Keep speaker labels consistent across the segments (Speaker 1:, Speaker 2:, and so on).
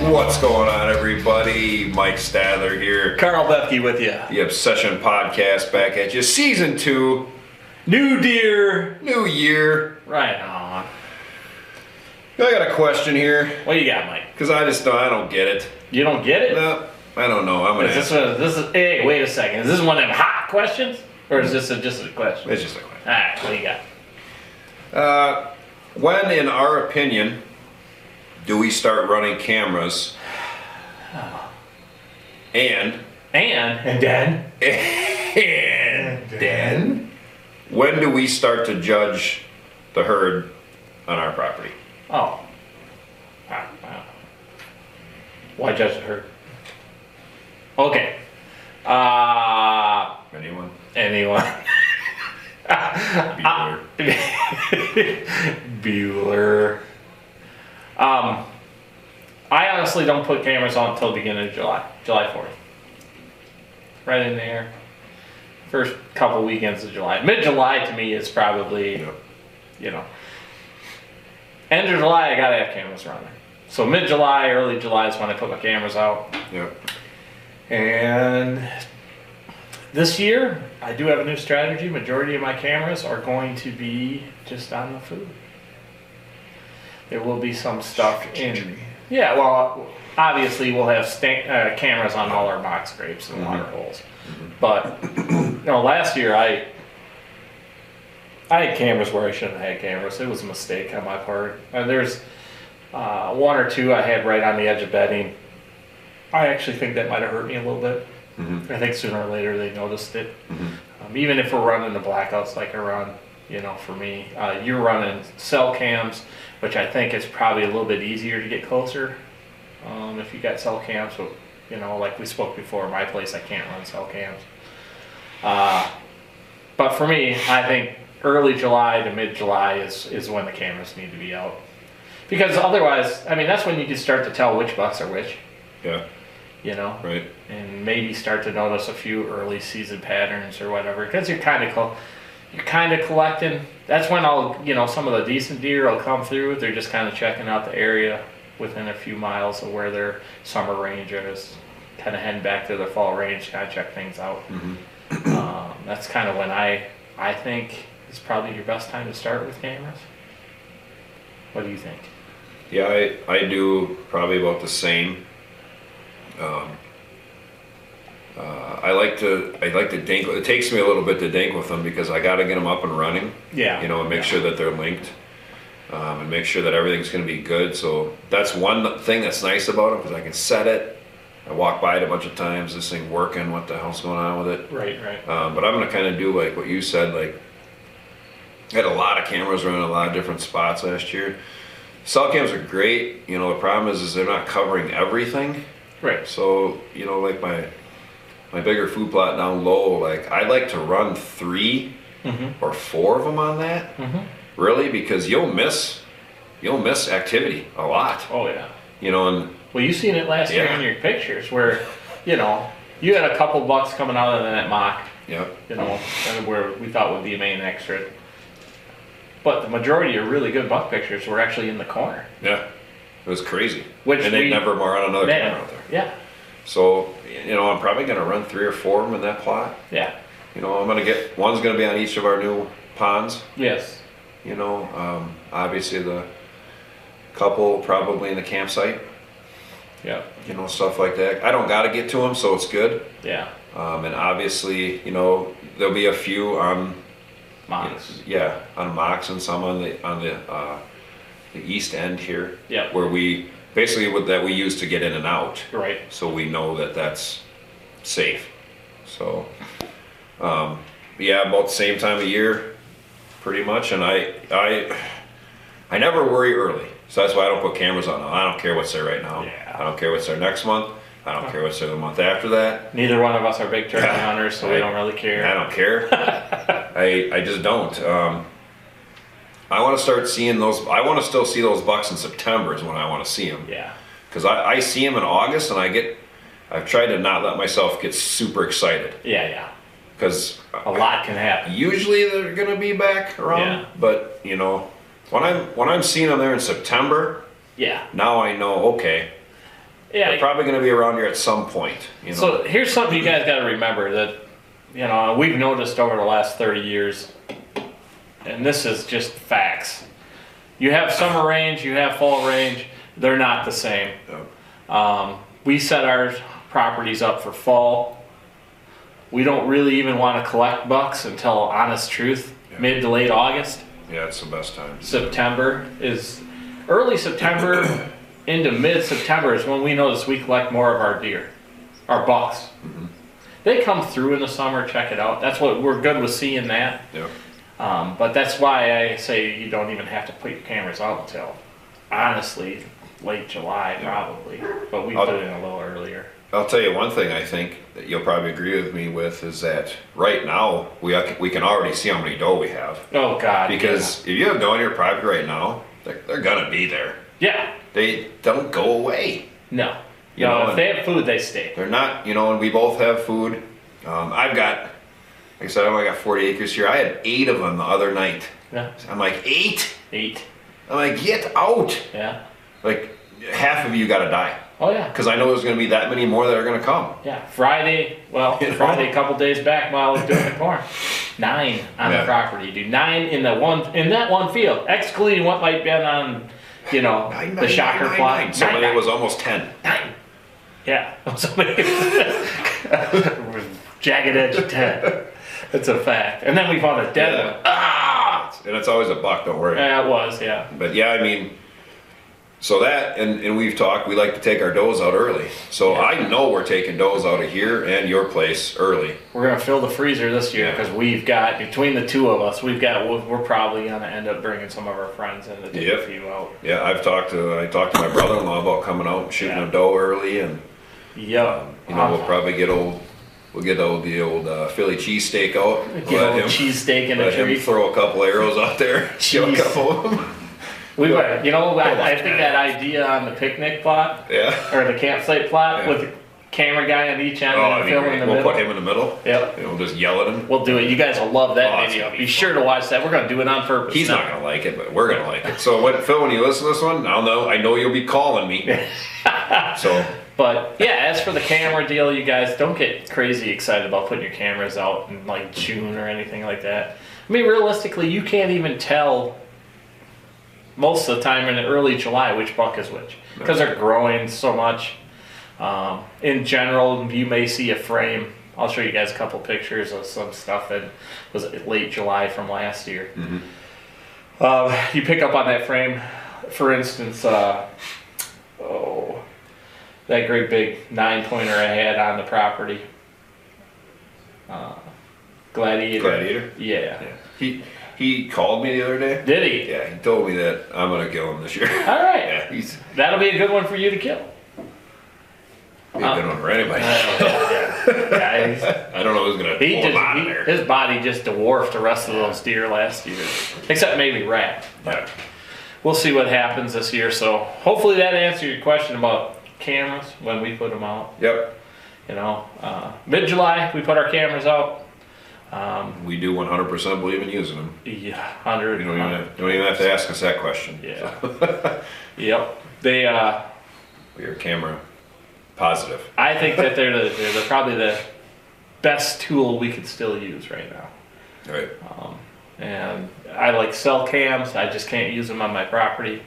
Speaker 1: What's going on, everybody? Mike Stadler here.
Speaker 2: Carl Befke with you.
Speaker 1: The Obsession Podcast back at you. Season 2,
Speaker 2: New deer.
Speaker 1: new year.
Speaker 2: Right on.
Speaker 1: I got a question here
Speaker 2: What you got, Mike?
Speaker 1: because I just don't, I don't get it.
Speaker 2: You don't get it?
Speaker 1: No, I don't know. I'm going
Speaker 2: Is
Speaker 1: to
Speaker 2: this
Speaker 1: ask.
Speaker 2: a, this is? Hey, wait a second. Is this one of them hot questions, or is this a, just a question?
Speaker 1: It's just a question.
Speaker 2: All right, what you got?
Speaker 1: Uh, when, in our opinion, do we start running cameras? And,
Speaker 2: And and then
Speaker 1: and then, when do we start to judge the herd on our property?
Speaker 2: oh, Ah, ah. why judge the herd? Okay. Uh,
Speaker 1: Anyone?
Speaker 2: anyone?
Speaker 1: Bueller.
Speaker 2: Bueller. Um, I honestly don't put cameras on until the beginning of July, July 4th. Right in there. First couple weekends of July. Mid July to me is probably,
Speaker 1: Yep.
Speaker 2: you know, end of July, I gotta have cameras running. So mid July, early July is when I put my cameras out.
Speaker 1: Yep.
Speaker 2: And this year, I do have a new strategy. Majority of my cameras are going to be just on the food. There will be some stuff in. Yeah, well, obviously we'll have sta- uh, cameras on all our box scrapes and water holes. But you know, last year I I had cameras where I shouldn't have had cameras. It was a mistake on my part. Uh, there's uh, one or two I had right on the edge of bedding. I actually think that might have hurt me a little bit. I think sooner or later they noticed it. Um, even if we're running the blackouts like I run, you know, for me, uh, you're running cell cams, which I think is probably a little bit easier to get closer um, if you got cell cams. But, you know, like we spoke before, my place I can't run cell cams. Uh, but for me, I think early July to mid July is, is when the cameras need to be out. Because otherwise, I mean, that's when you can start to tell which bucks are which,
Speaker 1: Yeah.
Speaker 2: you know?
Speaker 1: Right.
Speaker 2: and maybe start to notice a few early season patterns or whatever because you're kind of col- you're kind of collecting that's when i'll you know some of the decent deer will come through they're just kind of checking out the area within a few miles of where their summer range is kind of heading back to their fall range kind of check things out
Speaker 1: Mm-hmm.
Speaker 2: um, that's kind of when i i think is probably your best time to start with cameras what do you think
Speaker 1: Yeah, I, I do probably about the same. Um, uh, I like to I like to dink. It takes me a little bit to dink with them because I got to get them up and running.
Speaker 2: Yeah.
Speaker 1: You know, and make
Speaker 2: Yeah.
Speaker 1: sure that they're linked, um, and make sure that everything's going to be good. So that's one thing that's nice about them because I can set it. I walk by it a bunch of times. This thing working. What the hell's going on with it?
Speaker 2: right right
Speaker 1: Um, but I'm gonna kind of do like what you said. Like, I had a lot of cameras running a lot of different spots last year. Cell cams are great. You know, the problem is, is they're not covering everything.
Speaker 2: right
Speaker 1: So you know, like my my bigger food plot down low, like I like to run 3
Speaker 2: Mm-hmm.
Speaker 1: or four of them on that. Really, because you'll miss you'll miss activity a lot.
Speaker 2: oh yeah
Speaker 1: You know, and
Speaker 2: Well, you seen it last year
Speaker 1: Yeah.
Speaker 2: in your pictures where, you know, you had a couple bucks coming out of that mock,
Speaker 1: yeah,
Speaker 2: you know, and where we thought would be a main extra. But the majority of really good buck pictures were actually in the corner.
Speaker 1: yeah, it was crazy.
Speaker 2: Which
Speaker 1: and they
Speaker 2: we-
Speaker 1: never more on another
Speaker 2: Man,
Speaker 1: camera out there.
Speaker 2: yeah,
Speaker 1: So, you know, I'm probably gonna run three or four of them in that plot.
Speaker 2: yeah,
Speaker 1: You know, I'm gonna get, one's gonna be on each of our new ponds,
Speaker 2: yes,
Speaker 1: you know, um, obviously the couple probably in the campsite,
Speaker 2: yeah,
Speaker 1: you know, stuff like that. I don't gotta get to them, so it's good.
Speaker 2: yeah,
Speaker 1: Um, and obviously, you know, there'll be a few on,
Speaker 2: mocks.
Speaker 1: yeah, on Mox and some on the, on the, uh, the east end here.
Speaker 2: Yeah.
Speaker 1: Where we, basically what that we use to get in and out.
Speaker 2: Right,
Speaker 1: so we know that that's safe. So, um, yeah, about the same time of year, pretty much. And I, I, I never worry early, so that's why I don't put cameras on. I don't care what's there right now.
Speaker 2: Yeah.
Speaker 1: I don't care what's there next month. I don't care what's there the month after that.
Speaker 2: neither one of us are big turkey
Speaker 1: Yeah.
Speaker 2: hunters, so we
Speaker 1: Right.
Speaker 2: don't really
Speaker 1: I
Speaker 2: care.
Speaker 1: don't care. I, I just don't. Um, I want to start seeing those. I want to still see those bucks in September is when I want to see them.
Speaker 2: Yeah,
Speaker 1: because I, I see them in August and I get, I've tried to not let myself get super excited
Speaker 2: yeah, yeah.
Speaker 1: because
Speaker 2: A lot can happen.
Speaker 1: usually they're gonna be back around.
Speaker 2: Yeah.
Speaker 1: But you know, when I'm when I'm seeing them there in September,
Speaker 2: Yeah,
Speaker 1: now I know okay,
Speaker 2: Yeah.
Speaker 1: They're probably going to be around here at some point. You know.
Speaker 2: So here's something you guys got to remember that, you know, we've noticed over the last 30 years, and this is just facts. You have summer range, you have fall range, they're not the same.
Speaker 1: No.
Speaker 2: Um, we set our properties up for fall. We don't really even want to collect bucks until, honest truth,
Speaker 1: Yeah.
Speaker 2: mid to late August.
Speaker 1: yeah, it's the best time.
Speaker 2: September is early September into mid September is when we notice we collect more of our deer, our bucks.
Speaker 1: Mm-hmm.
Speaker 2: They come through in the summer, check it out. That's what we're good with seeing that.
Speaker 1: Yeah.
Speaker 2: Um, but that's why I say you don't even have to put your cameras out until, honestly, late July probably. But we
Speaker 1: I'll-
Speaker 2: put it in a little earlier.
Speaker 1: I'll tell you one thing I think that you'll probably agree with me with is that right now we ac- we can already see how many doe we have
Speaker 2: Oh God.
Speaker 1: because if you have doe on your property right now, they're, they're gonna be there.
Speaker 2: yeah,
Speaker 1: They don't go away.
Speaker 2: no,
Speaker 1: You
Speaker 2: no.
Speaker 1: know,
Speaker 2: if
Speaker 1: and-
Speaker 2: they have food, they stay.
Speaker 1: They're not, you know. And we both have food. Um, I've got, like I said, I only got 40 acres here. I had eight of them the other night.
Speaker 2: Yeah,
Speaker 1: I'm like eight.
Speaker 2: eight.
Speaker 1: I'm like get out.
Speaker 2: Yeah.
Speaker 1: Like half of you gotta die
Speaker 2: Oh yeah.
Speaker 1: because I know there's gonna be that many more that are gonna come.
Speaker 2: Yeah, Friday. Well,
Speaker 1: You know?
Speaker 2: Friday, a couple days back, while I was doing the corn, nine on
Speaker 1: Yeah.
Speaker 2: the property, dude. Nine in the one in that one field, excluding what might been on, you know,
Speaker 1: Nine,
Speaker 2: the
Speaker 1: nine,
Speaker 2: shocker
Speaker 1: nine,
Speaker 2: plot.
Speaker 1: nine, nine. Somebody
Speaker 2: nine,
Speaker 1: was almost ten.
Speaker 2: nine. Yeah, somebody jagged edge of ten. That's a fact. And then we found a dead
Speaker 1: Yeah.
Speaker 2: one. Ah,
Speaker 1: And it's always a buck. Don't worry.
Speaker 2: yeah, it was. Yeah,
Speaker 1: But yeah, I mean, so that, and, and we've talked, we like to take our does out early. So I know we're taking does out of here and your place early.
Speaker 2: we're gonna fill the freezer this year
Speaker 1: Yeah.
Speaker 2: because we've got between the two of us, we've got we're we're probably gonna end up bringing some of our friends in to take
Speaker 1: Yep.
Speaker 2: a few out.
Speaker 1: Yeah, I've talked to, I talked to my brother-in-law about coming out and shooting
Speaker 2: Yeah.
Speaker 1: a doe early and,
Speaker 2: Yep.
Speaker 1: you know, we'll probably get old, we'll get old, the old uh, Philly cheesesteak out.
Speaker 2: Get a
Speaker 1: Let
Speaker 2: little
Speaker 1: him,
Speaker 2: cheesesteak in a
Speaker 1: let him
Speaker 2: tree.
Speaker 1: throw a couple arrows out there, shoot a
Speaker 2: Jeez.
Speaker 1: couple of them.
Speaker 2: We were, you know, I, I think that idea on the picnic plot
Speaker 1: Yeah.
Speaker 2: or the campsite plot
Speaker 1: Yeah.
Speaker 2: with the camera guy on each end
Speaker 1: Oh,
Speaker 2: and
Speaker 1: that'd
Speaker 2: a
Speaker 1: be
Speaker 2: film in
Speaker 1: great.
Speaker 2: the
Speaker 1: We'll
Speaker 2: middle.
Speaker 1: put him in the middle
Speaker 2: Yep.
Speaker 1: and we'll just yell at him.
Speaker 2: We'll do it. You guys will love
Speaker 1: Oh,
Speaker 2: that
Speaker 1: it's
Speaker 2: video.
Speaker 1: gonna
Speaker 2: Be,
Speaker 1: be
Speaker 2: sure to watch that. We're gonna do it on purpose.
Speaker 1: He's not gonna like it, but we're gonna like it. So when Phil, when you listen to this one, I'll know. I know you'll be calling me. so
Speaker 2: But yeah, as for the camera deal, you guys don't get crazy excited about putting your cameras out in like June or anything like that. I mean, realistically, you can't even tell most of the time in early July which buck is which because they're growing so much. Um, in general, you may see a frame. I'll show you guys a couple pictures of some stuff that was late July from last year.
Speaker 1: Mm-hmm.
Speaker 2: Uh, you pick up on that frame, for instance. Uh, oh that great big nine pointer I had on the property. Uh, Gladiator.
Speaker 1: gladiator.
Speaker 2: Yeah.
Speaker 1: Yeah. He he called me the other day.
Speaker 2: Did he?
Speaker 1: Yeah, he told me that I'm gonna kill him this year.
Speaker 2: All right.
Speaker 1: yeah, he's
Speaker 2: That'll be a good one for you to kill.
Speaker 1: he's a good one for anybody.
Speaker 2: yeah. Yeah, he's-
Speaker 1: I don't know who's gonna
Speaker 2: he
Speaker 1: pull
Speaker 2: just,
Speaker 1: him out of
Speaker 2: he-
Speaker 1: there.
Speaker 2: his body just dwarfed the rest of those deer last year, except maybe rat.
Speaker 1: Yeah.
Speaker 2: We'll see what happens this year. So hopefully that answered your question about cameras when we put them out.
Speaker 1: Yep,
Speaker 2: You know, uh, mid July we put our cameras out. Um,
Speaker 1: we do 100% believe in using them.
Speaker 2: yeah, hundred.
Speaker 1: You don't even have, don't even have to ask us that question.
Speaker 2: Yeah. yep. They. Uh,
Speaker 1: We are camera positive.
Speaker 2: I think that they're the, they're the, probably the best tool we could still use right now.
Speaker 1: All right.
Speaker 2: And I like cell cams. I just can't use them on my property.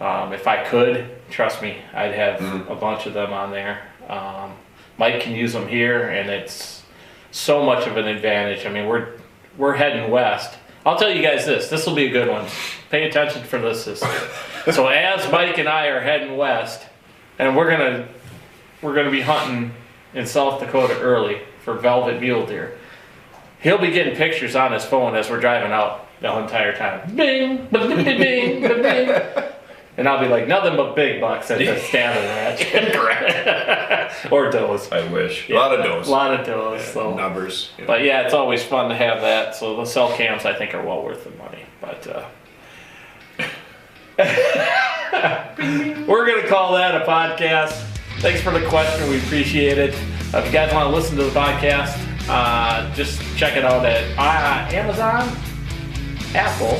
Speaker 2: Um, if I could, trust me, I'd have a bunch of them on there. Um, Mike can use them here, and it's so much of an advantage. I mean, we're we're heading west. I'll tell you guys this. This will be a good one. Pay attention for this. this so as Mike and I are heading west, and we're gonna we're gonna be hunting in South Dakota early for velvet mule deer. He'll be getting pictures on his phone as we're driving out the whole entire time. Bing, ba- bing, bing, bing, ba- bing. And I'll be like, nothing but big bucks at the standing ranch.
Speaker 1: Correct.
Speaker 2: or does.
Speaker 1: I wish. A lot of
Speaker 2: A
Speaker 1: those.
Speaker 2: lot of does. so.
Speaker 1: Numbers. you know.
Speaker 2: But yeah, it's always fun to have that. So the cell cams, I think, are well worth the money. But uh, we're gonna call that a podcast. Thanks for the question. We appreciate it. Uh, if you guys want to listen to the podcast, uh, just check it out at uh, Amazon, Apple,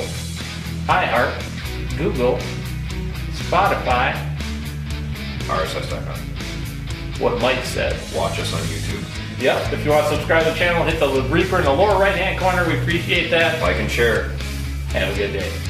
Speaker 2: iHeart, Google, Spotify,
Speaker 1: RSS.com.
Speaker 2: What Mike said.
Speaker 1: Watch us on YouTube.
Speaker 2: Yep. If you want to subscribe to the channel, hit the Reaper in the lower right hand corner. We appreciate that.
Speaker 1: Like and share.
Speaker 2: Have a good day.